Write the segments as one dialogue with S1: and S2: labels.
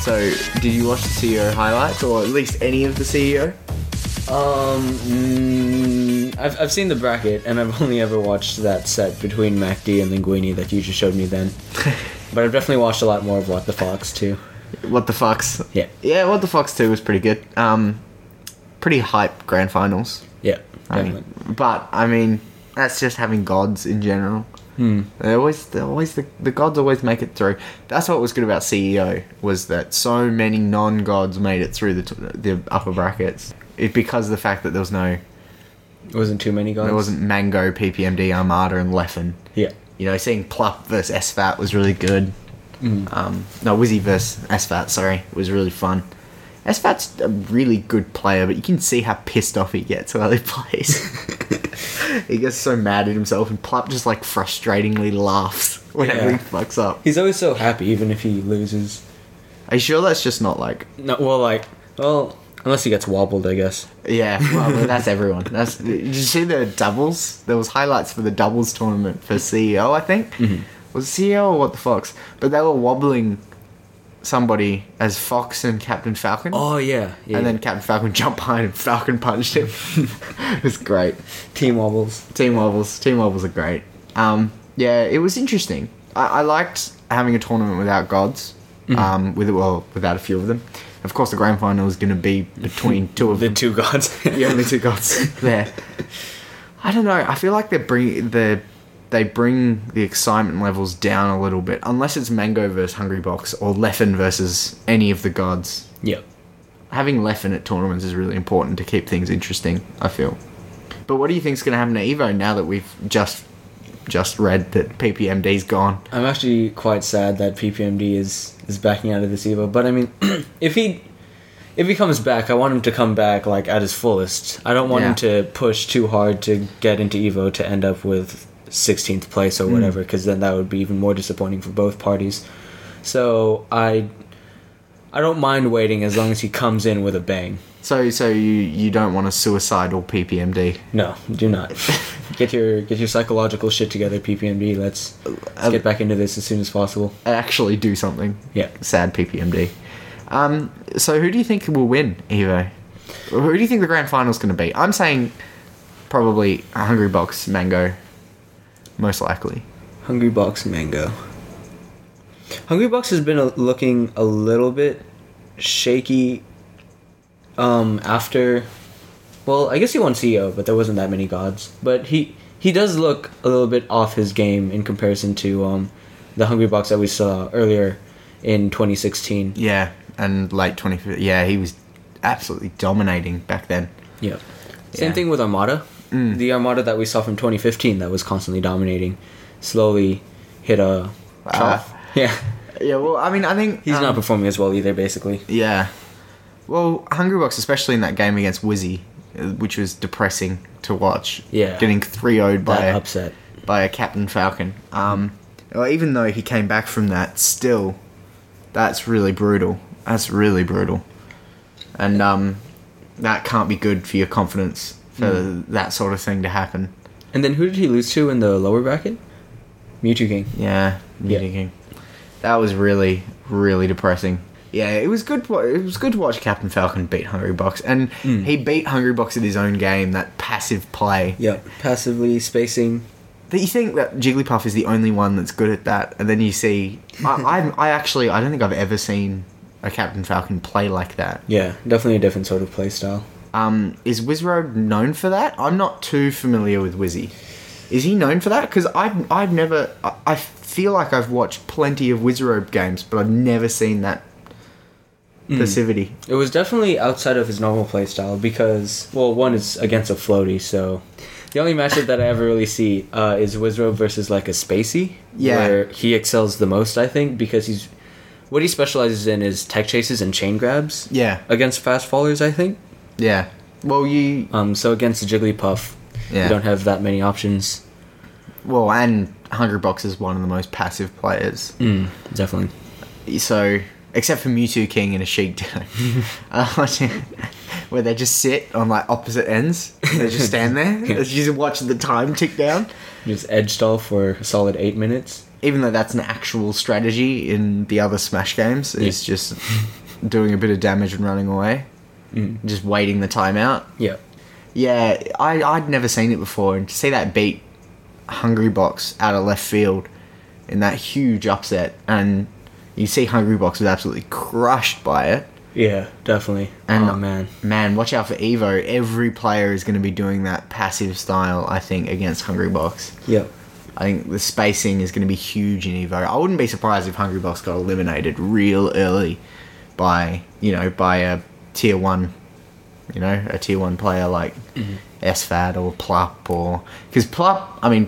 S1: So, did you watch the CEO highlights, or at least any of the E CEO?
S2: Um, mm, I've, I've seen the bracket, and I've only ever watched that set between MACD and Linguini that you just showed me then. but I've definitely watched a lot more of What the Fox too.
S1: What the Fox?
S2: Yeah.
S1: Yeah, What the Fox 2 was pretty good. Um, pretty hype grand finals.
S2: Yeah,
S1: I
S2: definitely.
S1: mean, but, I mean, that's just having gods in general.
S2: Hmm.
S1: They always, they always, the, the gods always make it through. That's what was good about CEO was that so many non-gods made it through the t- the upper brackets. It because of the fact that there was no,
S2: It wasn't too many guys.
S1: there wasn't Mango, PPMD, Armada, and Leffen.
S2: Yeah.
S1: You know, seeing Plup versus SFAT was really good.
S2: Mm.
S1: Um, no, Wizzy versus SFAT, sorry, was really fun. SFAT's a really good player, but you can see how pissed off he gets while he plays. he gets so mad at himself, and Plup just like frustratingly laughs whenever
S2: Yeah.
S1: he fucks up.
S2: He's always so happy, even if he loses.
S1: Are you sure that's just not like?
S2: No, well, like, well, unless he gets wobbled, I guess.
S1: Yeah, well, but that's everyone. That's did you see the doubles? There was highlights for the doubles tournament for CEO, I think.
S2: Mm-hmm.
S1: Was it CEO or what the fox? But they were wobbling somebody as Fox and Captain Falcon,
S2: Oh yeah, yeah.
S1: and then Captain Falcon jumped behind and Falcon punched him. it was great.
S2: team wobbles.
S1: Team wobbles, team wobbles are great. Um, yeah, it was interesting. I, I liked having a tournament without gods.
S2: Mm-hmm.
S1: Um, with well, without a few of them. Of course, the grand final is going to be between two of
S2: The two gods.
S1: the only two gods there. I don't know. I feel like they bring the they bring the excitement levels down a little bit, unless it's Mango versus Hungry Box or Leffen versus any of the gods.
S2: Yep.
S1: Having Leffen at tournaments is really important to keep things interesting. I feel. But what do you think's going to happen to Evo now that we've just just read that PPMD's gone?
S2: I'm actually quite sad that PPMD is is backing out of this Evo. But I mean, if he if he comes back, I want him to come back like at his fullest. I don't want him
S1: Yeah.
S2: to push too hard to get into Evo to end up with 16th place or whatever, because then that would be even more disappointing for both parties. So I I don't mind waiting as long as he comes in with a bang.
S1: So so you you don't want a suicidal PPMD?
S2: No, do not. get your get your psychological shit together, PPMD. Let's, let's get back into this as soon as possible.
S1: Actually, do something.
S2: Yeah.
S1: sad PPMD. Um, so who do you think will win Evo? Who do you think the grand final's going to be? I'm saying probably Hungry Box Mango, most likely.
S2: Hungry Box Mango. Hungry Box has been a- looking a little bit shaky um after well, I guess he won CEO, but there wasn't that many gods. But he he does look a little bit off his game in comparison to um the Hungry Box that we saw earlier in 2016.
S1: Yeah, and late 25th. Yeah, he was absolutely dominating back then.
S2: Yeah. Same
S1: Yeah. Mm.
S2: thing with Armada. The Armada that we saw from 2015 that was constantly dominating slowly hit a trough. yeah.
S1: Yeah, well, I mean, I think
S2: He's
S1: um,
S2: not performing as well either basically.
S1: Yeah. Well, Hungry Box, especially in that game against Wizzy, uh, which was depressing to watch.
S2: Yeah.
S1: getting 3-0'd by
S2: That
S1: a-
S2: upset.
S1: by a Captain Falcon. Um, well, even though he came back from that, still, that's really brutal. That's really brutal, and um, that can't be good for your confidence for that sort of thing to happen.
S2: And then who did he lose to in the lower bracket? Mewtwo King.
S1: Yeah,
S2: Yeah.
S1: meeting. That was really, really depressing. Yeah, it was good. wa- It was good to watch Captain Falcon beat Hungry Box, and he beat Hungry Box at his own game. That passive play.
S2: Yep. Passively spacing.
S1: that you think that Jigglypuff is the only one that's good at that, and then you see, I, I, I actually, I don't think I've ever seen a Captain Falcon play like that.
S2: Yeah, definitely a different sort of play style.
S1: Um, is Wizrobe known for that? I'm not too familiar with Wizzy. Is he known for that? Because I've, I've never, I, I feel like I've watched plenty of Wizrobe games, but I've never seen that passivity.
S2: It was definitely outside of his normal play style because, well, one is against a floaty, so the only matchup that I ever really see uh, is Wizrobe versus like a Spacey.
S1: Yeah.
S2: Where he excels the most, I think, because he's what he specializes in is tech chases and chain grabs.
S1: Yeah.
S2: Against fast fallers, I think.
S1: Yeah. Well, you,
S2: Um, so against the Jigglypuff,
S1: Yeah.
S2: you don't have that many options.
S1: well, and Hungry Box is one of the most passive players.
S2: Mm, definitely.
S1: so except for Mewtwo King and a Sheik Ditto. uh, where they just sit on like opposite ends. They just stand there. They just watch the time tick down.
S2: Just edge stall for a solid eight minutes.
S1: Even though that's an actual strategy in the other Smash games, is just doing a bit of damage and running away, just waiting the time out.
S2: Yeah.
S1: Yeah, I, I'd never seen it before, and to see that beat Hungry Box out of left field in that huge upset, and you see Hungry Box was absolutely crushed by it.
S2: Yeah, definitely.
S1: And
S2: oh man.
S1: man, watch out for Evo. Every player is going to be doing that passive style. I think against Hungry Box.
S2: Yep.
S1: I think the spacing is going to be huge in Evo. I wouldn't be surprised if Hungry Box got eliminated real early by you know by a tier one, you know a tier one player like
S2: Mm-hmm.
S1: SFAD or Plup or because Plup. I mean,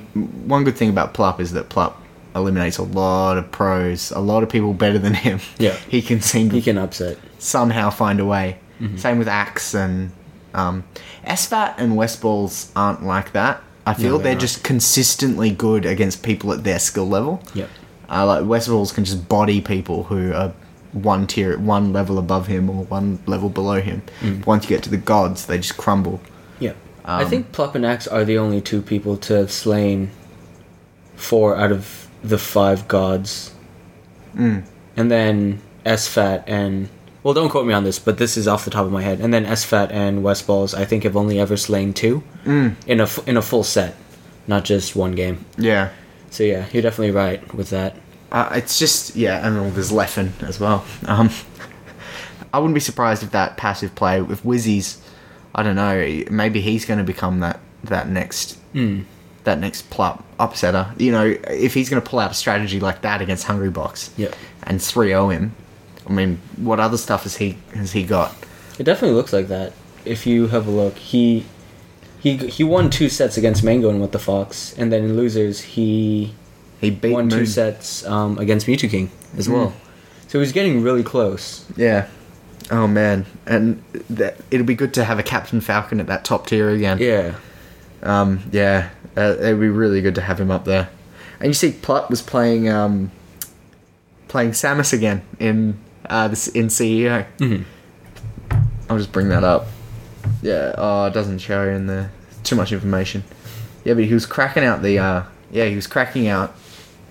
S1: one good thing about Plup is that Plup eliminates a lot of pros, a lot of people better than him.
S2: Yeah.
S1: he can seem to
S2: He can upset.
S1: somehow find a way.
S2: Mm-hmm.
S1: Same with Axe and um, SFAT and West Balls aren't like that. I feel
S2: they're
S1: they're
S2: not.
S1: just consistently good against people at their skill level.
S2: Yep.
S1: Uh, like West Balls can just body people who are one tier, one level above him or one level below him.
S2: Mm.
S1: Once you get to the gods, they just crumble.
S2: Yeah. I think Plop and Axe are the only two people to have slain four out of the five gods. Mm. And then SFAT and. Well, don't quote me on this, but this is off the top of my head. And then SFAT and West Balls, I think, have only ever slain two mm. in, a, f- in a full set, not just one game.
S1: Yeah.
S2: So, yeah, you're definitely right with that.
S1: Uh, it's just yeah, and all there's Leffen as well. Um, I wouldn't be surprised if that passive play with Wizzy's, I don't know, maybe he's going to become that that next
S2: Hmm.
S1: that next plup upsetter. You know, if he's going to pull out a strategy like that against Hungry Box,
S2: Yep.
S1: and three zero him. I mean, what other stuff has he has he got?
S2: It definitely looks like that. If you have a look, he he he won two sets against Mango and What the Fox, and then in losers he
S1: He beat Mm-hmm.
S2: won two
S1: Moon-
S2: sets um, against Mewtwo King as well. So he's getting really close.
S1: Yeah. Oh man, and that, it'll be good to have a Captain Falcon at that top tier again.
S2: Yeah,
S1: Um, yeah, uh, it'd be really good to have him up there. And you see, Plutt was playing um, playing Samus again in uh, this in CEO. Mm-hmm. I'll just bring that up. Yeah, oh, it doesn't show in there. Too much information. Yeah, but he was cracking out the uh, yeah, he was cracking out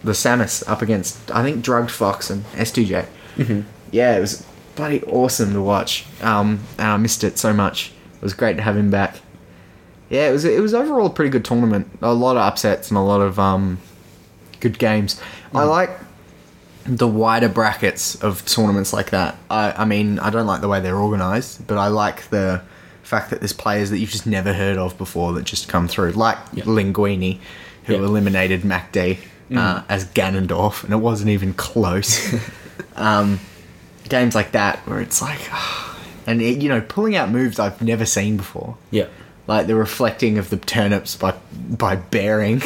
S1: the Samus up against I think drugged Fox and S2J. Mm-hmm. Yeah, it was bloody awesome to watch. Um, and I missed it so much. It was great to have him back. Yeah, it was it was overall a pretty good tournament. A lot of upsets and a lot of um, good games. I like the wider brackets of tournaments like that. I, I mean, I don't like the way they're organized, but I like the fact that there's players that you've just never heard of before that just come through, like Linguini, who
S2: Yeah.
S1: eliminated MacD uh, as Ganondorf, and it wasn't even close. um, games like that where it's like, and it, you know, pulling out moves I've never seen before
S2: yeah,
S1: like the reflecting of the turnips by by bearing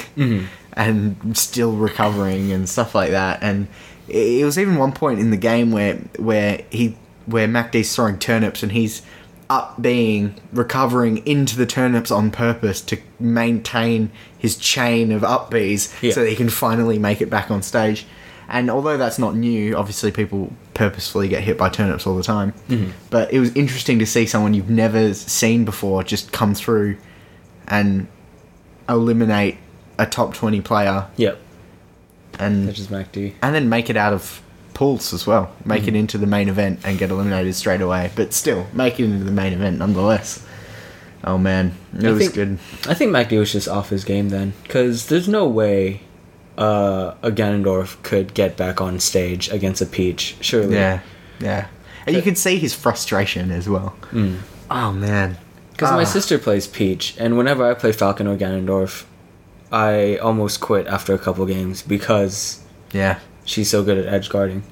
S1: and still recovering and stuff like that. And it, it was even one point in the game where where he where MacD's throwing turnips and he's up being recovering into the turnips on purpose to maintain his chain of up Bs
S2: Yeah.
S1: so that he can finally make it back on stage. And although that's not new, obviously people purposefully get hit by turnips all the time.
S2: Mm-hmm.
S1: But it was interesting to see someone you've never seen before just come through and eliminate a top 20 player
S2: yeah.
S1: and
S2: Which is MACD.
S1: and then make it out of pools as well. Make
S2: Mm-hmm.
S1: it into the main event and get eliminated straight away. But still, make it into the main event nonetheless. Oh man, it
S2: I
S1: was
S2: think-
S1: good.
S2: I think MACD was just off his game then, because there's no way uh, a Ganondorf could get back on stage against a Peach. Surely.
S1: Yeah, yeah. And you could see his frustration as well. Oh man,
S2: Because
S1: Ah.
S2: my sister plays Peach, and whenever I play Falcon or Ganondorf, I almost quit after a couple games because
S1: Yeah,
S2: she's so good at edge guarding.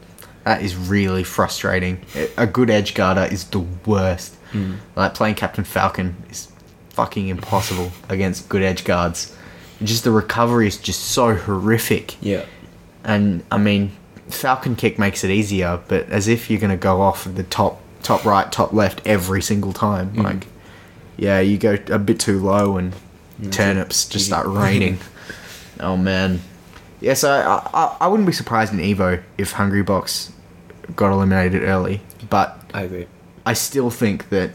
S1: that is really frustrating. A good edge guarder is the worst. Like playing Captain Falcon is fucking impossible against good edge guards. Just the recovery is just so horrific.
S2: Yeah.
S1: and I mean, Falcon Kick makes it easier, but as if you're going to go off the top, top right, top left every single time. Like, yeah, you go a bit too low, and turnips just start raining. oh man, yeah. So I, I, I wouldn't be surprised in Evo if Hungry Box got eliminated early, but
S2: I agree.
S1: I still think that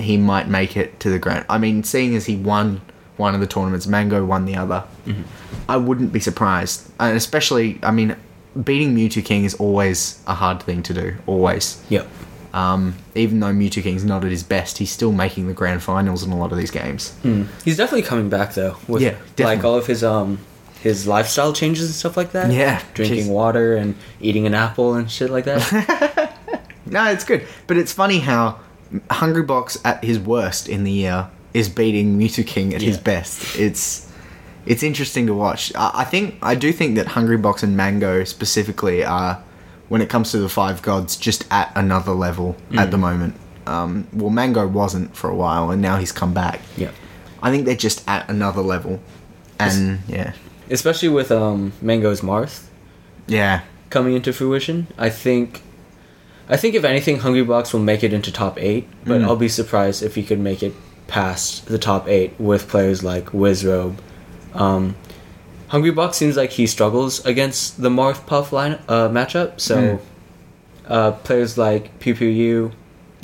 S1: he might make it to the grand. I mean, seeing as he won one of the tournaments, Mango won the other. I wouldn't be surprised, and especially, I mean, beating Mewtwo King is always a hard thing to do. Always,
S2: Yep.
S1: um, even though Mewtwo King's not at his best, he's still making the grand finals in a lot of these games.
S2: He's definitely coming back though. With
S1: Yeah,
S2: like
S1: definitely.
S2: all of his um his lifestyle changes and stuff like that.
S1: Yeah,
S2: Drinking
S1: jeez.
S2: water and eating an apple and shit like that.
S1: No, it's good, but it's funny how Hungry Box at his worst in the year is beating Mewtwo King at his
S2: Yeah.
S1: best. It's it's interesting to watch. I, I think I do think that Hungry Box and Mango specifically are, when it comes to the Five Gods, just at another level at the moment. Um, well, Mango wasn't for a while, and now he's come back.
S2: yep.
S1: I think they're just at another level, and yeah,
S2: Especially with um Mango's Marth
S1: yeah.
S2: coming into fruition. I think I think if anything Hungry Box will make it into top 8, but I'll be surprised if he could make it past the top 8 with players like Wizrobe. Um Hungry Box seems like he struggles against the Marth Puff line uh, matchup, so uh, players like Pew Pew U,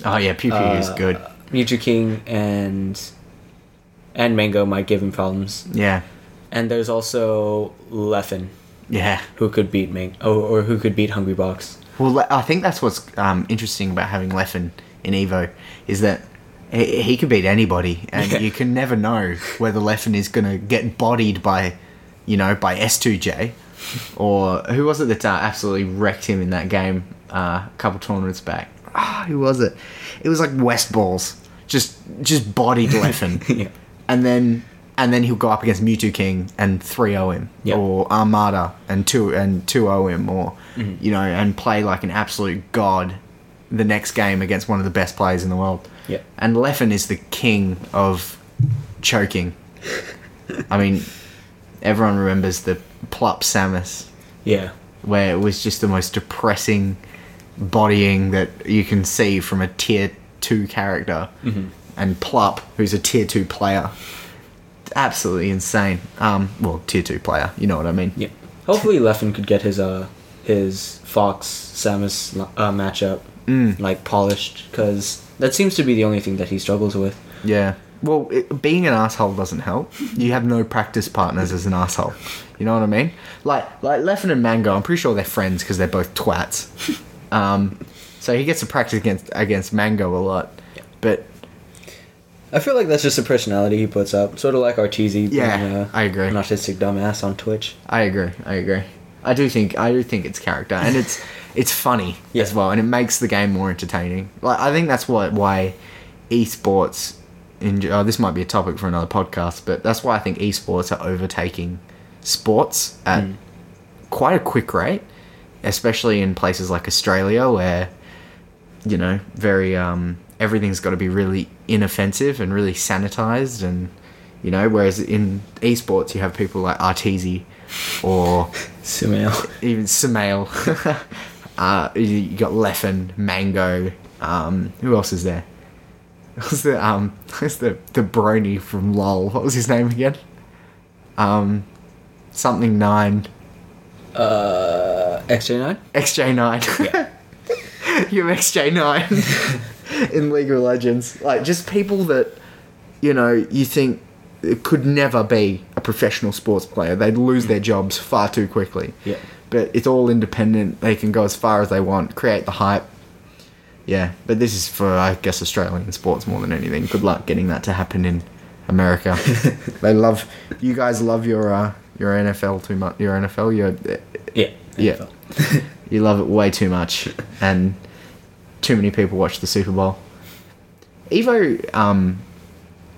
S1: Oh yeah, Pew Pew is
S2: uh,
S1: good.
S2: Mewtwo King and and Mango might give him problems.
S1: Yeah,
S2: And there's also Leffen,
S1: yeah.
S2: who could beat Mang oh, or who could beat Hungry Box.
S1: Well, Le- I think that's what's um, interesting about having Leffen in Evo is that he, he could beat anybody, and
S2: Yeah.
S1: you can never know whether Leffen is going to get bodied by, you know, by S2J, or who was it that uh, absolutely wrecked him in that game uh, a couple tournaments back? Ah, who was it? It was like West Balls, just just bodied Leffen,
S2: Yeah.
S1: and then. And then he'll go up against Mewtwo King and 3-0 him,
S2: Yeah.
S1: or Armada and two and 2-0 him, or
S2: Mm-hmm.
S1: you know, and play like an absolute god the next game against one of the best players in the world.
S2: Yeah.
S1: And Leffen is the king of choking. I mean, everyone remembers the Plup Samus,
S2: Yeah.
S1: where it was just the most depressing bodying that you can see from a tier two character, and Plup, who's a tier two player. Absolutely insane. Um, well, tier two player, you know what I mean?
S2: Yeah. Hopefully Leffen could get his uh his Fox Samus uh, matchup like polished cuz that seems to be the only thing that he struggles with.
S1: Yeah. Well, it, being an asshole doesn't help. You have no practice partners as an asshole. You know what I mean? Like, like Leffen and Mango. I'm pretty sure they're friends because they're both twats. Um, so he gets to practice against against Mango a lot. But
S2: I feel like that's just the personality he puts up, sort of like Arteezy
S1: Yeah,
S2: uh,
S1: I agree.
S2: an autistic dumbass on Twitch.
S1: I agree. I agree. I do think I do think it's character, and it's it's funny
S2: Yeah.
S1: as well, and it makes the game more entertaining. Like I think that's what why esports. In, oh, this might be a topic for another podcast, but that's why I think esports are overtaking sports at quite a quick rate, especially in places like Australia where you know very um, everything's got to be really inoffensive and really sanitized and you know whereas in esports you have people like Arteezy or
S2: Sumail.
S1: even Samael. uh, you- you got Leffen, Mango. Um, who else is there? Who's the um? Who's the the Brony from LOL? What was his name again? Um, something nine.
S2: Uh, XJ9?
S1: XJ9. You're XJ9 in League of Legends. Like, just people that, you know, you think could never be a professional sports player. They'd lose their jobs far too quickly.
S2: Yeah.
S1: But it's all independent. They can go as far as they want, create the hype. Yeah. But this is for, I guess, Australian sports more than anything. Good luck getting that to happen in America. they love, you guys love your, uh, your NFL too much. Your NFL, your
S2: Yeah.
S1: yeah. you love it way too much, and too many people watch the Super Bowl. Evo um,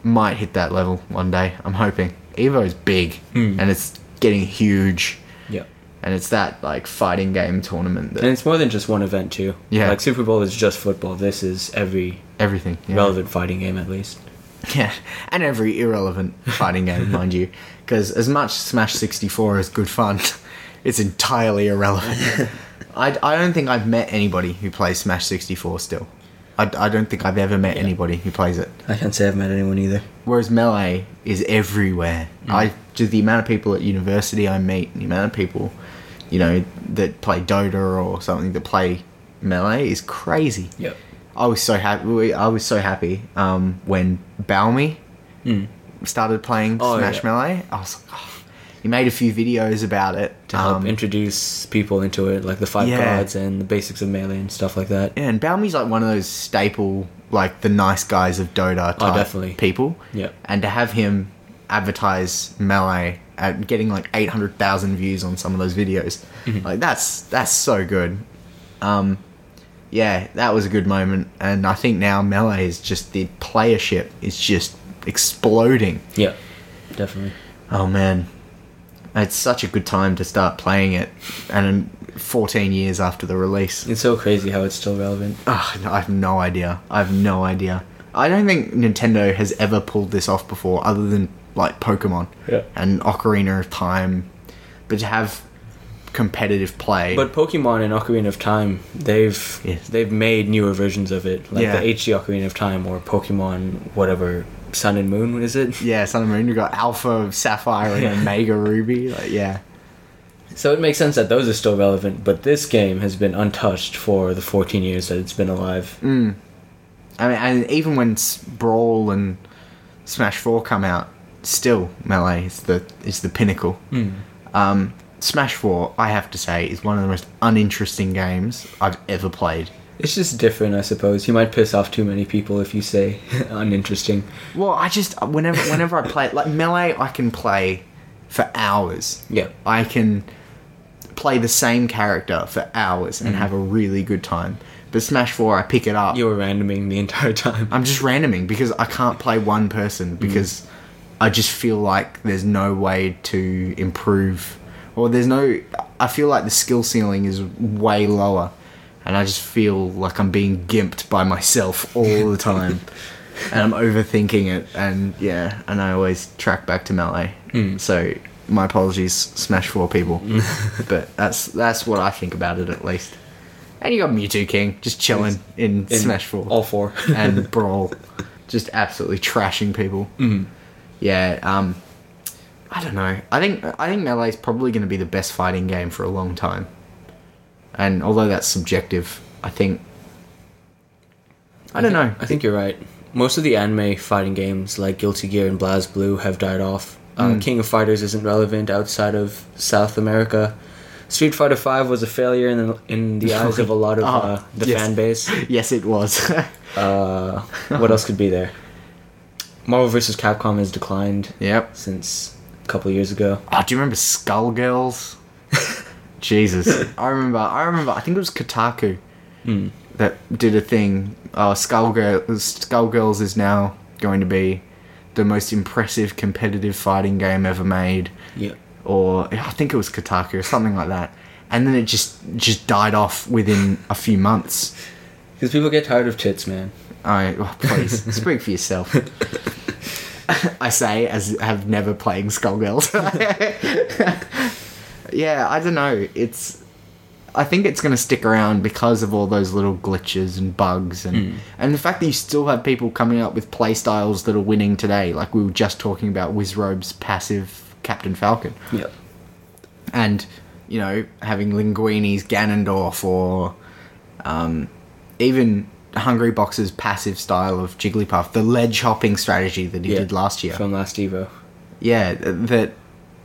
S1: might hit that level one day. I'm hoping. Evo's big, and it's getting huge,
S2: Yeah.
S1: and it's that like fighting game tournament that
S2: And it's more than just one event too.
S1: Yeah.
S2: Like Super Bowl is just football. This is every
S1: everything. Yeah.
S2: relevant fighting game at least.
S1: Yeah, and every irrelevant fighting game, mind you, because as much Smash 64 is good fun, it's entirely irrelevant. I, I don't think I've met anybody who plays Smash 64 still. I, I don't think I've ever met anybody who plays it.
S2: I can't say I've met anyone either.
S1: Whereas Melee is everywhere. I just the amount of people at university I meet, the amount of people, you know, that play Dota or something that play Melee is crazy.
S2: Yep.
S1: I was so happy. we- I was so happy um, when Balmy started playing
S2: Hmm. Oh,
S1: Smash
S2: yeah.
S1: Melee. I was like, oh. he made a few videos about it.
S2: to help
S1: Um,
S2: introduce people into it, like the five
S1: Yeah.
S2: cards and the basics of melee and stuff like that.
S1: yeah, and Balmy's like one of those staple, like the nice guys of Dota type
S2: definitely.
S1: people.
S2: Yeah.
S1: and to have him advertise Melee at getting like eight hundred thousand views on some of those videos, like that's that's so good. Um, yeah, that was a good moment, and I think now Melee is just the playership is just exploding.
S2: Yeah, definitely.
S1: Oh man, it's such a good time to start playing it, and in 14 years after the release.
S2: It's so crazy how it's still relevant.
S1: Ugh, no, I have no idea. I have no idea. I don't think Nintendo has ever pulled this off before, other than like Pokemon
S2: Yeah.
S1: and Ocarina of Time. But to have competitive play,
S2: But Pokemon and Ocarina of Time, they've
S1: Yes.
S2: they've made newer versions of it, like
S1: Yeah.
S2: the HD Ocarina of Time or Pokemon whatever Sun and Moon is it?
S1: yeah, Sun and Moon, you got Alpha Sapphire and
S2: Yeah.
S1: Omega Ruby. Like, yeah,
S2: So it makes sense that those are still relevant, but this game has been untouched for the 14 years that it's been alive.
S1: Mm. I mean, and even when S- Brawl and Smash Four come out, still Melee is the is the pinnacle.
S2: Hmm.
S1: Um, Smash Four, I have to say, is one of the most uninteresting games I've ever played.
S2: It's just different, I suppose. You might piss off too many people if you say uninteresting.
S1: Well, I just whenever whenever I play like Melee, I can play for hours.
S2: Yeah.
S1: I can play the same character for hours and have a really good time. But Smash Four, I pick it up.
S2: You were randoming the entire time.
S1: I'm just randoming because I can't play one person because I just feel like there's no way to improve or there's no I feel like the skill ceiling is way lower and I just feel like I'm being gimped by myself all the time and I'm overthinking it and yeah and I always track back to melee so my apologies smash four people but that's that's what I think about it at least and you got Mewtwo King just chilling in,
S2: In
S1: Smash 4
S2: All four.
S1: and brawl, just absolutely trashing people. Yeah, um, I don't know. I think I think melee's probably going to be the best fighting game for a long time. And although that's subjective, I think I don't know.
S2: I think you're right. Most of the anime fighting games like Guilty Gear and BlazBlue have died off.
S1: Hmm.
S2: Uh, King of Fighters isn't relevant outside of South America. Street Fighter Five was a failure in the, in the eyes of a lot of
S1: Oh,
S2: uh, the
S1: yes.
S2: fan base.
S1: yes, it was.
S2: Uh, what else could be there? Marvel vs. Capcom has declined
S1: yep.
S2: since a couple years ago.
S1: Oh, do you remember Skullgirls? Jesus, I remember. I remember. I think it was Kotaku that did a thing. Uh, Skullgirl, Skullgirls is now going to be the most impressive competitive fighting game ever made,
S2: Yeah.
S1: or I think it was Kotaku or something like that. And then it just just died off within a few months.
S2: Because people get tired of tits, man.
S1: I oh, please speak for yourself. I say as have never playing Skullgirls. yeah, I don't know. It's I think it's going to stick around because of all those little glitches and bugs and and the fact that you still have people coming up with playstyles that are winning today. Like we were just talking about Wizrobe's passive Captain Falcon
S2: Yeah.
S1: and you know having Linguini's Ganondorf or um, even Hungry Box's passive style of Jigglypuff, the ledge hopping strategy that he
S2: Yeah.
S1: did last year.
S2: From last Evo.
S1: yeah, th- that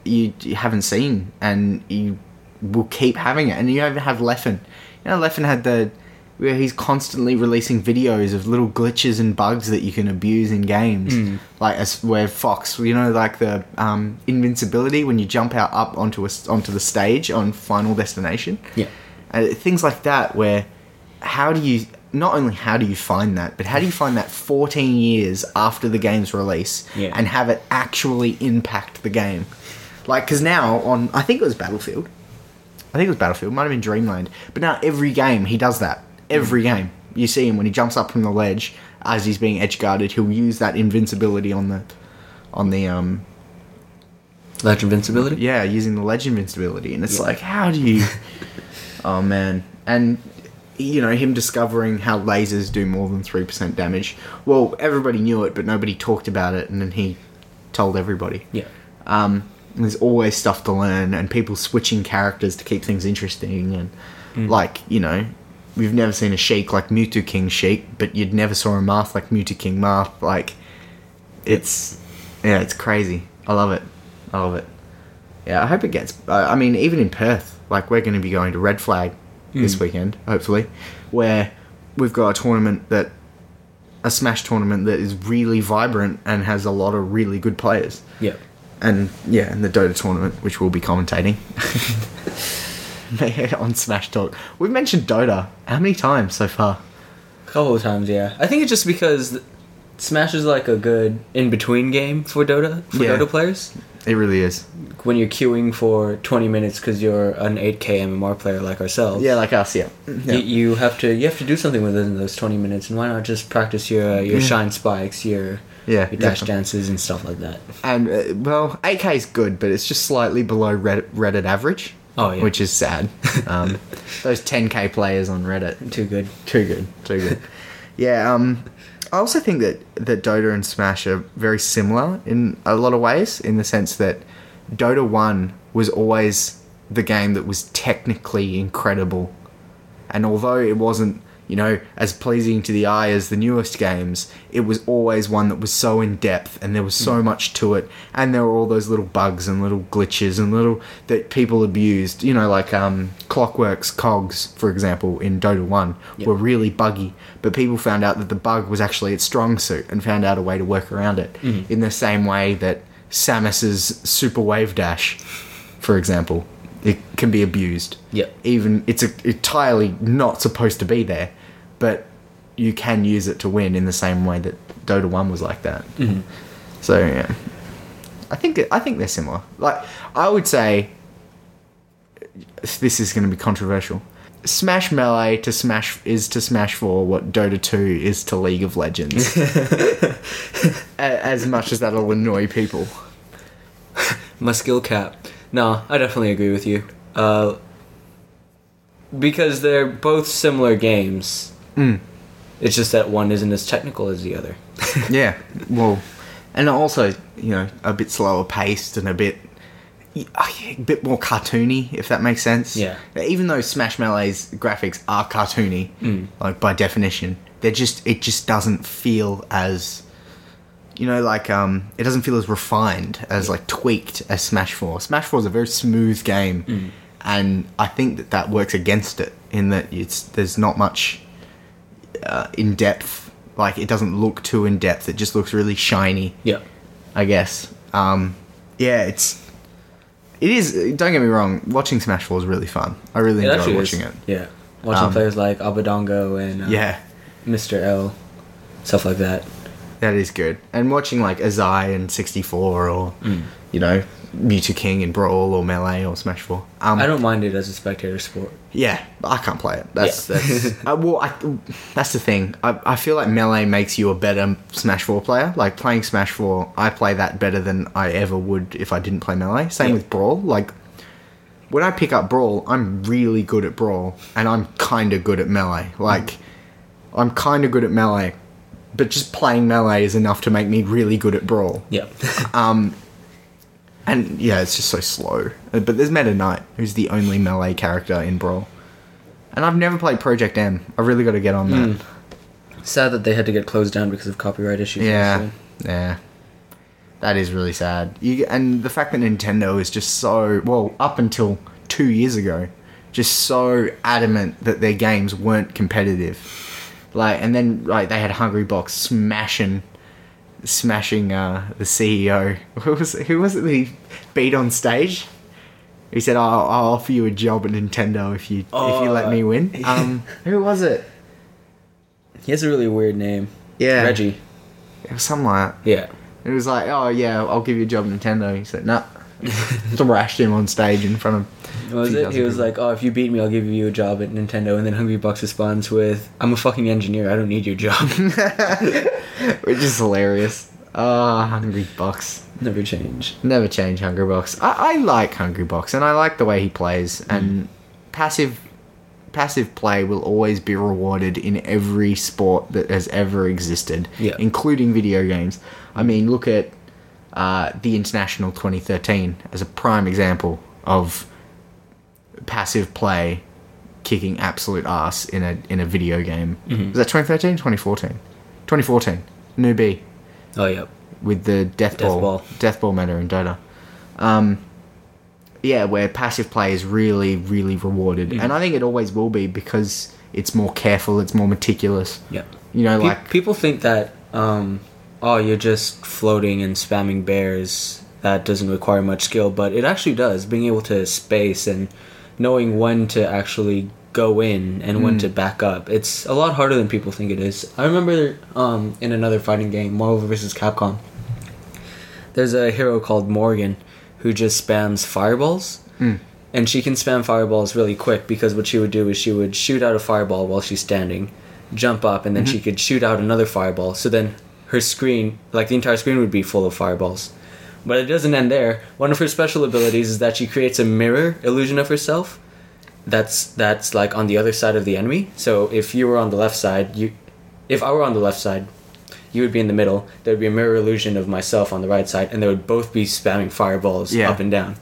S1: you, you haven't seen and you will keep having it. And you even have Leffen. You know, Leffen had the where he's constantly releasing videos of little glitches and bugs that you can abuse in games, like as where Fox, you know, like the um, invincibility when you jump out up onto a, s- onto the stage on Final Destination.
S2: Yeah.
S1: Uh, things like that where how do you not only how do you find that but how do you find that 14 years after the game's release
S2: Yeah.
S1: and have it actually impact the game like because now on i think it was battlefield i think it was battlefield might have been dreamland but now every game he does that every game you see him when he jumps up from the ledge as he's being edge guarded he'll use that invincibility on the on the um
S2: Ledge Invincibility?
S1: yeah, using the legend invincibility, and it's like, how do you? oh man, and you know him discovering how lasers do more than three percent damage. Well, everybody knew it, but nobody talked about it, and then he told everybody.
S2: Yeah.
S1: Um, and there's always stuff to learn, and people switching characters to keep things interesting, and like you know, we've never seen a shake like Mewtwo King Sheik, but you'd never saw a Marth like Mewtwo King Marth. Like, it's yeah, it's crazy. I love it. I love it. Yeah, I hope it gets. Uh, I mean, even in Perth, like we're going to be going to Red Flag this weekend, hopefully, where we've got a tournament that a Smash tournament that is really vibrant and has a lot of really good players.
S2: Yep.
S1: And yeah, and the Dota tournament, which we'll be commentating on Smash Talk. We've mentioned Dota how many times so far?
S2: A couple of times, yeah. I think it's just because Smash is like a good in between game for Dota for
S1: Yeah.
S2: Dota players.
S1: It really is.
S2: When you're queuing for 20 minutes because you're an 8k MMR player like ourselves.
S1: Yeah, like us. Yeah.
S2: y- You have to you have to do something within those twenty minutes, and why not just practice your uh, your shine spikes, your
S1: Yeah,
S2: your dash
S1: exactly.
S2: dances and stuff like that.
S1: And uh, well, AK is good, but it's just slightly below Reddit, Reddit average.
S2: Oh, yeah.
S1: Which is sad. Um, those 10k players on Reddit.
S2: Too good.
S1: Too good. Too good. yeah. Um, I also think that that Dota and Smash are very similar in a lot of ways, in the sense that Dota One was always the game that was technically incredible, and although it wasn't. You know, as pleasing to the eye as the newest games, it was always one that was so in depth and there was so much to it, and there were all those little bugs and little glitches and little that people abused. You know, like um, Clockwork's cogs, for example, in Dota 1 were really buggy, but people found out that the bug was actually its strong suit and found out a way to work around it. In the same way that Samus's super wave dash, for example, it can be abused.
S2: Yep.
S1: Even it's a, entirely not supposed to be there, but you can use it to win in the same way that Dota 1 was like that. So yeah. I think I think they're similar. Like I would say, this is going to be controversial. Smash Melee to Smash is to Smash Four what Dota Two is to League of Legends. A- as much as that'll annoy people,
S2: My skill cap. No, I definitely agree with you. Uh, because they're both similar games.
S1: Hmm.
S2: It's just that one isn't as technical as the other.
S1: yeah. Well, and also you know a bit slower paced and a bit oh, a bit more cartoony if that makes sense.
S2: Yeah.
S1: Even though Smash Melee's graphics are cartoony, like by definition, they're just it just doesn't feel as you know, like um, it doesn't feel as refined as like tweaked as Smash Four. Smash Four is a very smooth game,
S2: Mm.
S1: and I think that that works against it in that it's there's not much uh, in depth. Like it doesn't look too in depth. It just looks really shiny.
S2: Yeah.
S1: I guess. Um, yeah, it's it is. Don't get me wrong. Watching Smash Four is really fun. I really
S2: It
S1: enjoy
S2: actually
S1: watching
S2: is.
S1: it.
S2: Yeah. Watching
S1: Um,
S2: players like Abadongo and uh,
S1: Yeah,
S2: Mr. L, stuff like that.
S1: that is good. And watching like Azai and sixty four, or you know, Mewtwo King in Brawl or Melee or Smash Four. Um,
S2: I don't mind it as a spectator sport.
S1: Yeah, but I can't play it. That's
S2: Yeah.
S1: that's I, well, I, that's the thing. I, I feel like melee makes you a better Smash Four player. Like playing Smash Four, I play that better than I ever would if I didn't play melee. Same
S2: Yeah.
S1: with Brawl. Like when I pick up Brawl, I'm really good at Brawl, and I'm kind of good at melee. Like I'm kind of good at melee, but just playing melee is enough to make me really good at Brawl.
S2: Yeah.
S1: Um, And yeah, it's just so slow. Uh, But there's Meta Knight, who's the only melee character in Brawl. And I've never played Project M. I really got to get on that.
S2: Sad that they had to get closed down because of copyright issues.
S1: Yeah,
S2: obviously.
S1: yeah. That is really sad. You and the fact that Nintendo is just so well up until two years ago, just so adamant that their games weren't competitive. Like, and then like they had Hungry Box smashing, smashing uh, the CEO. Who was who was it that he beat on stage? He said, "I'll, I'll offer you a job at Nintendo if you if you let
S2: Oh.
S1: me win." Um, who was it?
S2: He has a really weird name.
S1: Yeah.
S2: Reggie.
S1: It was someone like that.
S2: Yeah.
S1: It was like, oh yeah, I'll give you a job at Nintendo. He said, nah. Thrashed him on stage in front of.
S2: What was
S1: few
S2: it?
S1: thousand
S2: He was
S1: people.
S2: like, "Oh, if you beat me, I'll give you a job at Nintendo." And then Hungry Bucks responds with, "I'm a fucking engineer. I don't need your job.
S1: which is hilarious. Ah, Hungry Box.
S2: Never change."
S1: Never change Hungry Box. I, I like Hungry Box, and I like the way he plays. And passive, passive play will always be rewarded in every sport that has ever existed,
S2: Yeah.
S1: including video games. I mean, look at uh, the International 2013 as a prime example of passive play kicking absolute ass in a in a video game. Was that 2013, 2014? 2014. New B
S2: Oh, yep.
S1: with the death,
S2: Death
S1: ball,
S2: ball.
S1: death ball meta in Dota. Um, yeah, where passive play is really, really rewarded,
S2: Mm.
S1: and I think it always will be because it's more careful, it's more meticulous.
S2: Yep.
S1: You know,
S2: Pe-
S1: like
S2: people think that um, oh you're just floating and spamming bears that doesn't require much skill but it actually does being able to space and knowing when to actually go in and when to back up it's a lot harder than people think it is i remember um, in another fighting game marvel vs capcom there's a hero called morgan who just spams fireballs and she can spam fireballs really quick because what she would do is she would shoot out a fireball while she's standing, jump up, and then she could shoot out another fireball. So then her screen, like the entire screen, would be full of fireballs. But it doesn't end there. One of her special abilities is that she creates a mirror illusion of herself. That's that's like on the other side of the enemy. So if you were on the left side, you, if I were on the left side, you would be in the middle. There would be a mirror illusion of myself on the right side, and they would both be spamming fireballs
S1: Yeah.
S2: up and down.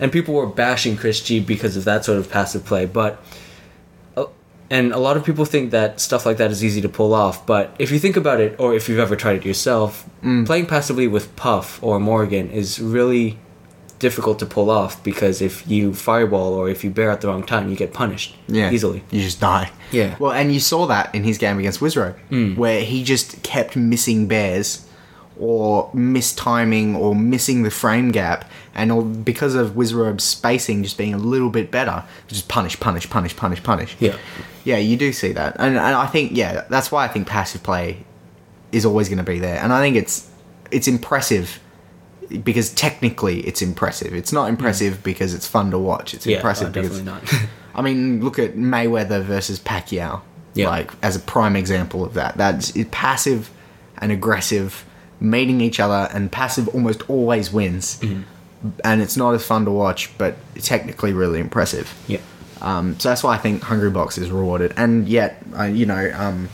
S2: And people were bashing Chris G because of that sort of passive play, but and a lot of people think that stuff like that is easy to pull off, but if you think about it, or if you've ever tried it yourself, playing passively with Puff or Morgan is really difficult to pull off because if you fireball or if you bear at the wrong time, you get punished
S1: yeah,
S2: easily.
S1: you just die.
S2: Yeah. Mm.
S1: Well, and you saw that in his game against Wizro, where he just kept missing bears, or mistiming, or missing the frame gap, and all because of Wizro's spacing just being a little bit better, just punish, punish, punish, punish, punish.
S2: Yeah.
S1: Yeah, you do see that, and, and I think yeah, that's why I think passive play is always going to be there, and I think it's it's impressive because technically it's impressive. It's not impressive because it's fun to watch. It's
S2: Mm. Yeah, oh,
S1: impressive because
S2: definitely not.
S1: I mean, look at Mayweather versus Pacquiao.
S2: Yeah.
S1: Like as a prime example of that. That's it- passive and aggressive meeting each other and passive almost always wins.
S2: Mm-hmm.
S1: And it's not as fun to watch, but technically really impressive.
S2: yeah.
S1: Um, so that's why I think Hungry Box is rewarded. And yet, I you know, um,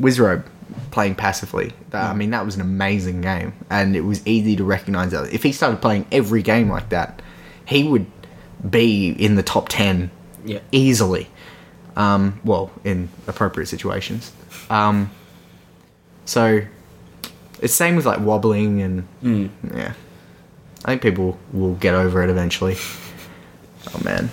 S1: Wizrobe playing passively. That, I mean, that was an amazing game, and it was easy to recognize that. If he started playing every game like that, he would be in the top ten
S2: Yeah.
S1: easily. Um, well, in appropriate situations. Um, so it's same with like wobbling and yeah. I think people will get over it eventually. Oh man.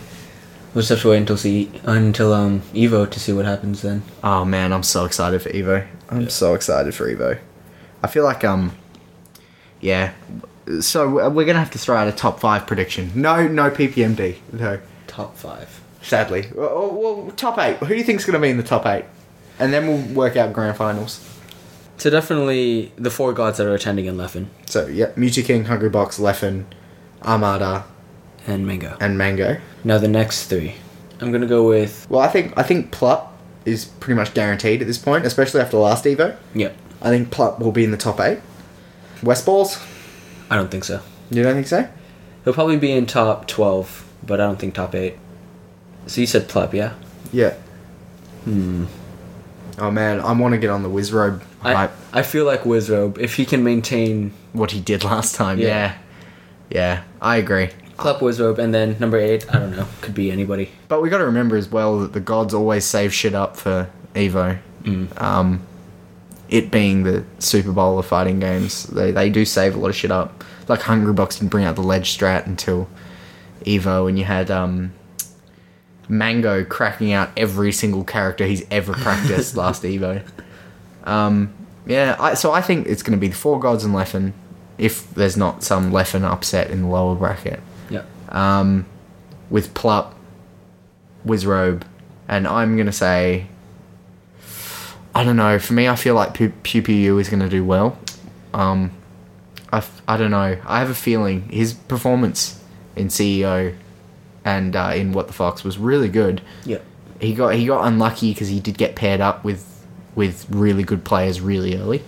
S2: We'll just have to wait until see until um Evo to see what happens then.
S1: Oh man, I'm so excited for Evo. I'm so excited for Evo. I feel like um, yeah. So w- we're gonna have to throw out a top five prediction. No, no PPMD. No,
S2: Top five.
S1: sadly. Well, oh, well top eight. Who do you think's gonna be in the top eight? And then we'll work out grand finals.
S2: So definitely the four gods that are attending in Leffen
S1: So yeah, Muti King, Hungry Box, Leffen, Armada,
S2: and Mango.
S1: and Mango.
S2: Now the next three. I'm gonna go with
S1: Well, I think I think Plup is pretty much guaranteed at this point, especially after last Evo.
S2: Yep.
S1: I think Plup will be in the top eight. West Balls.
S2: I don't think so.
S1: You don't think so?
S2: He'll probably be in top 12, but I don't think top 8. So you said Pleb, yeah?
S1: Yeah. Hmm. Oh man, I want to get on the Wizrobe
S2: I,
S1: hype.
S2: I feel like Wizrobe, if he can maintain
S1: What he did last time.
S2: Yeah.
S1: Yeah. Yeah, I agree.
S2: Pleb Wizrobe and then number 8, I don't know, could be anybody.
S1: But we got to remember as well that the gods always save shit up for Evo. Um, it being the Super Bowl of fighting games, they they do save a lot of shit up. Like Hungry Box didn't bring out the ledge strat until Evo, and you had um, Mango cracking out every single character he's ever practiced last Evo. Um, yeah, I, so I think it's going to be the four gods and Leffen, if there's not some Leffen upset in the lower bracket
S2: Yeah.
S1: um, with Plup, Wizrobe, and I'm gonna say, I don't know. For me, I feel like Pu- Pew Pew Yu is gonna do well. Um, I, f- I don't know. I have a feeling his performance in CEO and uh, in What the Fox was really good.
S2: Yeah.
S1: He got he got unlucky because he did get paired up with with really good players really early.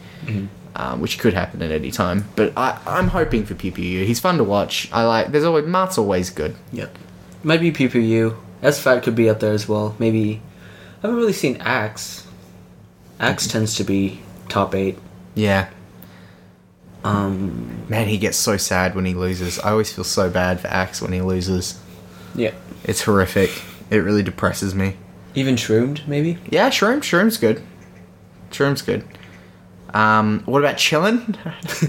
S1: Um, which could happen at any time, but I, I'm hoping for Pew Pew Yu. He's fun to watch. I like. There's always Mart's always good.
S2: Yeah. Might be PPU. S Fat could be up there as well. Maybe. I haven't really seen Axe. Axe tends to be top 8.
S1: Yeah.
S2: Um,
S1: Man, he gets so sad when he loses. I always feel so bad for Axe when he loses.
S2: yeah.
S1: It's horrific. It really depresses me.
S2: Even shroomed, maybe.
S1: Yeah, shroom. Shroom's good. Shroom's good. Um, what about chillin'?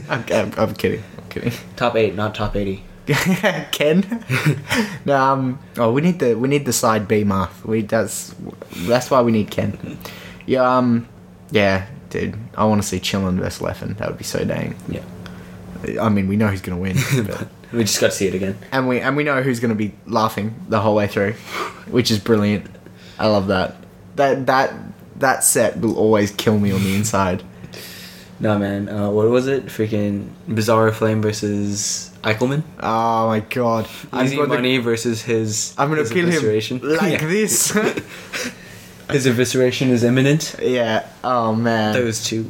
S1: I'm, I'm, I'm kidding. I'm kidding.
S2: Top eight, not top eighty.
S1: Ken. no, um, oh, we need the we need the side B math. We that's that's why we need Ken. Yeah, um, yeah, dude. I want to see Chillin versus Leffen. That would be so dang.
S2: Yeah.
S1: I mean, we know who's gonna win, but-
S2: We just got to see it again.
S1: and we and we know who's gonna be laughing the whole way through, which is brilliant. I love that. That that that set will always kill me on the inside.
S2: Nah, man. Uh, what was it? Freaking Bizarro Flame versus Eichelman.
S1: Oh my god! I've
S2: Easy
S1: got the-
S2: Money versus his.
S1: I'm gonna
S2: his
S1: kill him
S2: evisceration.
S1: like
S2: Yeah.
S1: this.
S2: His evisceration is imminent.
S1: yeah. Oh man.
S2: Those two.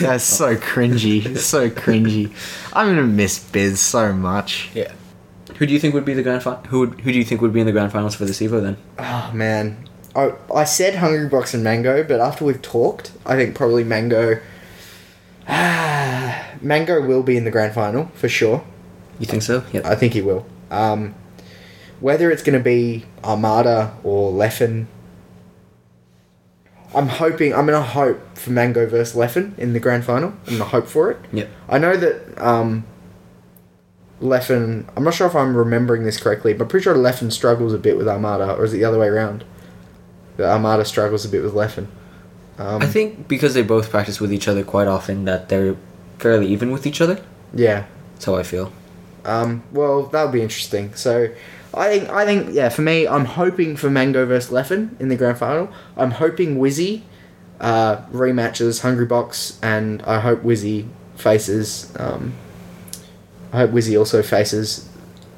S1: That's so cringy. so cringy. I'm gonna miss Biz so much.
S2: yeah. Who do you think would be the grand final? Who would, Who do you think would be in the grand finals for this Evo then?
S1: Oh man. I I said Hungry Box and Mango, but after we've talked, I think probably Mango. ah, Mango will be in the grand final for sure.
S2: You think so? Yeah.
S1: I think he will. Um, whether it's going to be Armada or Leffen, I'm hoping. I'm going to hope for Mango versus Leffen in the grand final. I'm going to hope for it.
S2: Yep.
S1: I know that um, Leffen. I'm not sure if I'm remembering this correctly, but I'm pretty sure Leffen struggles a bit with Armada, or is it the other way around? That Armada struggles a bit with Leffen. Um,
S2: I think because they both practice with each other quite often, that they're fairly even with each other.
S1: yeah.
S2: That's how I feel.
S1: Um, well, that'll be interesting. So, I think, I think, yeah, for me, I'm hoping for Mango versus Leffen in the grand final. I'm hoping Wizzy uh, rematches Hungry Box, and I hope Wizzy faces. Um, I hope Wizzy also faces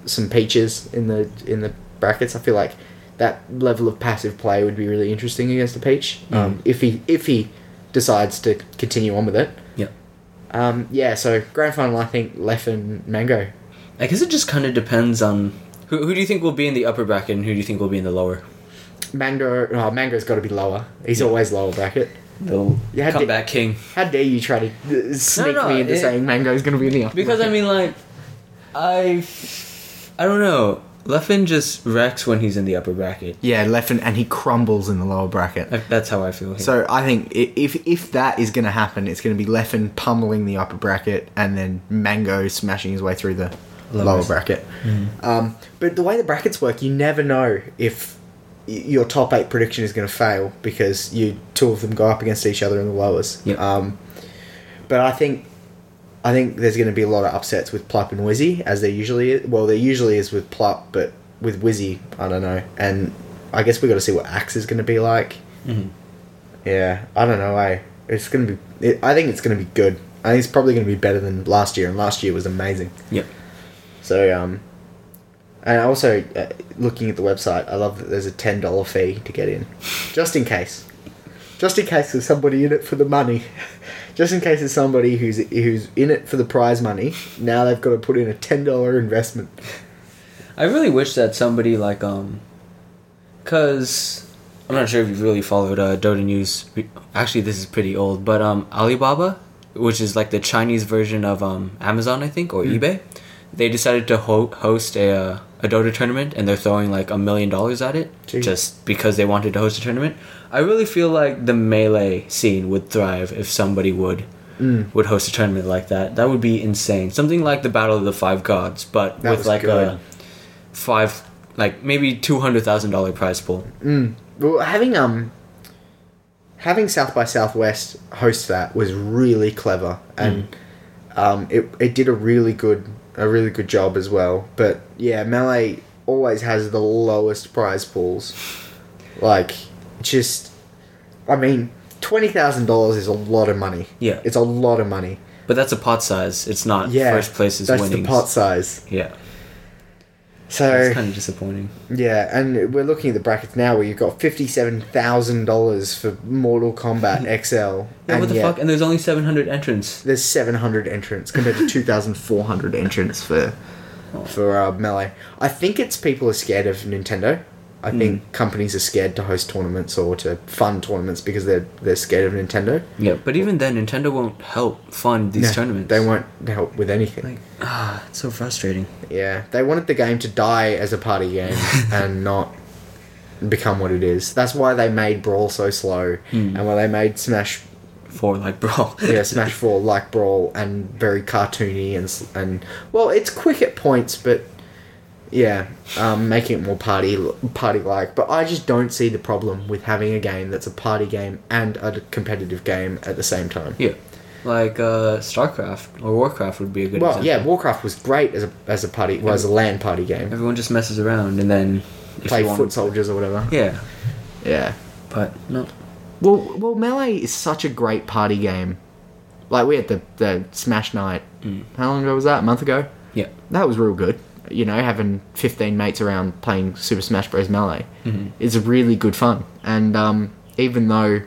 S1: some peaches in the in the brackets. I feel like that level of passive play would be really interesting against the peach um, if he if he decides to continue on with it.
S2: Yeah.
S1: Um, yeah, so grand final, I think Leffen Mango.
S2: I guess it just kind of depends on who, who do you think will be in the upper bracket and who do you think will be in the lower.
S1: Mango, oh, Mango's got to be lower. He's always lower bracket.
S2: The
S1: You had to-
S2: comeback king.
S1: How dare you try to uh, sneak
S2: no,
S1: me into
S2: it-
S1: saying Mango's going to be in the upper
S2: Because I
S1: bracket?
S2: mean, like, I, I don't know. Leffen just wrecks when he's in the upper bracket.
S1: yeah, left and, and he crumbles in the lower bracket.
S2: I- That's how I feel. here.
S1: So I think i- if if that is going to happen, it's going to be Leffen pummeling the upper bracket and then Mango smashing his way through the lower,
S2: Lower.
S1: bracket. Um, but the way the brackets work, you never know if y- your top eight prediction is going to fail because you two of them go up against each other in the lowers.
S2: Yep.
S1: Um, but I think I think there's going to be a lot of upsets with Plup and Wizzy, as there usually is. Well, there usually is with Plup, but with Wizzy, I don't know. And I guess we got to see what Axe is going to be like. Yeah, I don't know. I it's going to be. It, I think it's going to be good. I think it's probably going to be better than last year, and last year was amazing.
S2: Yep.
S1: So um, and also uh, looking at the website, I love that there's a ten dollar fee to get in, just in case, just in case there's somebody in it for the money, just in case there's somebody who's who's in it for the prize money. Now they've got to put in a ten dollar investment.
S2: I really wish that somebody like um, cause I'm not sure if you've really followed uh, Dota news. Actually, this is pretty old, but um, Alibaba, which is like the Chinese version of um Amazon, I think, or eBay, they decided to ho- host a uh, a Dota tournament, and they're throwing like a million dollars at it
S1: Jeez.
S2: just because they wanted to host a tournament. I really feel like the melee scene would thrive if somebody would. Would host a tournament like that. That would be insane. Something like the Battle of the Five Gods, but
S1: That
S2: with
S1: was
S2: like
S1: good.
S2: a five like maybe two hundred thousand dollar prize pool.
S1: Well, having um, having South by Southwest host that was really clever, and
S2: Mm.
S1: um, it it did a really good a really good job as well. But yeah, melee always has the lowest prize pools. Like, just, I mean, twenty thousand dollars is a lot of money.
S2: Yeah.
S1: it's a lot of money.
S2: But that's a pot size. It's not
S1: Yeah,
S2: first place is
S1: that's
S2: winnings.
S1: the pot size.
S2: Yeah.
S1: So
S2: It's kinda disappointing.
S1: yeah, and we're looking at the brackets now where you've got fifty-seven thousand dollars for Mortal Kombat XL.
S2: Yeah,
S1: and
S2: what the
S1: yet-
S2: fuck? And there's only seven hundred entrants.
S1: there's 700 entrants compared to 2,400 entrants for
S2: Oh.
S1: for uh, melee. I think it's people are scared of Nintendo. I
S2: Hmm.
S1: think companies are scared to host tournaments or to fund tournaments because they're they're scared of Nintendo.
S2: Yeah, but even then, Nintendo won't help fund these
S1: No,
S2: tournaments.
S1: They won't help with anything.
S2: Like, ah, it's so frustrating.
S1: yeah, they wanted the game to die as a party game and not become what it is. That's why they made Brawl so slow,
S2: Hmm.
S1: and why they made Smash
S2: for like brawl.
S1: yeah, Smash Four like Brawl and very cartoony and s- and well, it's quick at points, but yeah, um, making it more party party like. But I just don't see the problem with having a game that's a party game and a competitive game at the same time.
S2: Yeah. Like uh, StarCraft or Warcraft would be a good
S1: Well,
S2: example.
S1: yeah, Warcraft was great as a as a party, well, as a land party game.
S2: Everyone just messes around and then if
S1: Play
S2: you want-
S1: foot soldiers or whatever.
S2: Yeah,
S1: Yeah.
S2: but no.
S1: Well, well, melee is such a great party game. Like we had the the Smash night. How long ago was that? A month ago.
S2: Yeah.
S1: that was real good. You know, having 15 mates around playing Super Smash Bros. Melee is really good fun. And um, even though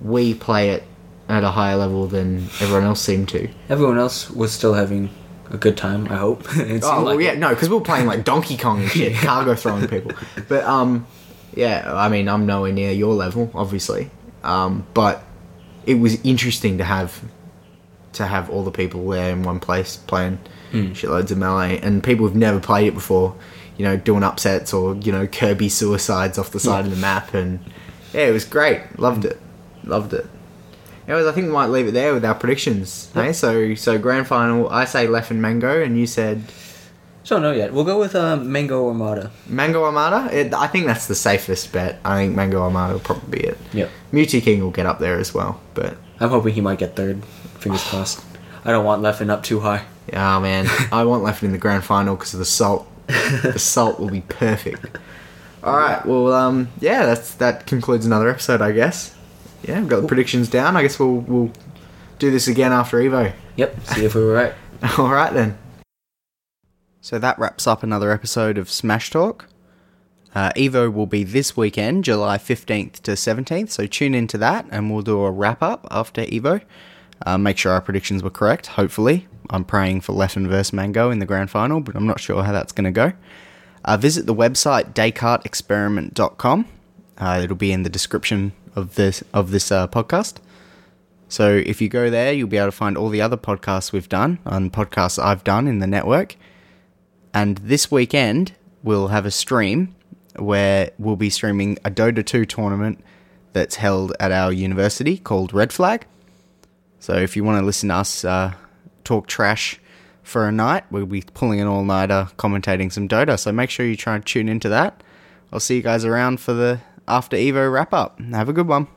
S1: we play it at a higher level than everyone else seemed to.
S2: Everyone else was still having a good time. I hope. it
S1: Oh,
S2: seemed
S1: well,
S2: like
S1: yeah,
S2: it.
S1: no, because we were playing like Donkey Kong and shit, cargo throwing people. But, um, yeah, I mean, I'm nowhere near your level, obviously. Um, but it was interesting to have to have all the people there in one place playing
S2: Hmm.
S1: shitloads of melee and people who've never played it before, you know, doing upsets or, you know, Kirby suicides off the side of the map and yeah, it was great. Loved it. Loved it. Anyways, I think we might leave it there with our predictions. Hey, so so grand final, I say Leff and Mango and you said
S2: So no yet. We'll go with uh, Mango Armada.
S1: Mango Armada? It, I think that's the safest bet. I think Mango Armada will probably be it.
S2: Yep.
S1: Mewtwo King will get up there as well, but
S2: I'm hoping he might get third. Fingers crossed. I don't want Leffen up too high.
S1: Oh man, I want left in the grand final because of the salt. the salt will be perfect. All right, well, um, yeah, that's that concludes another episode, I guess. Yeah, we've got the predictions down. I guess we'll we'll do this again after Evo.
S2: Yep. See if we were right.
S1: All right then. So that wraps up another episode of Smash Talk. Uh, Evo will be this weekend, July 15th to 17th, so tune into that and we'll do a wrap up after Evo. Uh, make sure our predictions were correct, hopefully. I'm praying for Leffen versus Mango in the grand final, but I'm not sure how that's going to go. Uh, visit the website DescartesExperiment.com. Uh, it'll be in the description of this of this uh, podcast. So if you go there, you'll be able to find all the other podcasts we've done and podcasts I've done in the network. And this weekend, we'll have a stream where we'll be streaming a Dota 2 tournament that's held at our university called Red Flag. So if you want to listen to us uh, talk trash for a night, we'll be pulling an all nighter commentating some Dota. So make sure you try and tune into that. I'll see you guys around for the after Evo wrap up. Have a good one.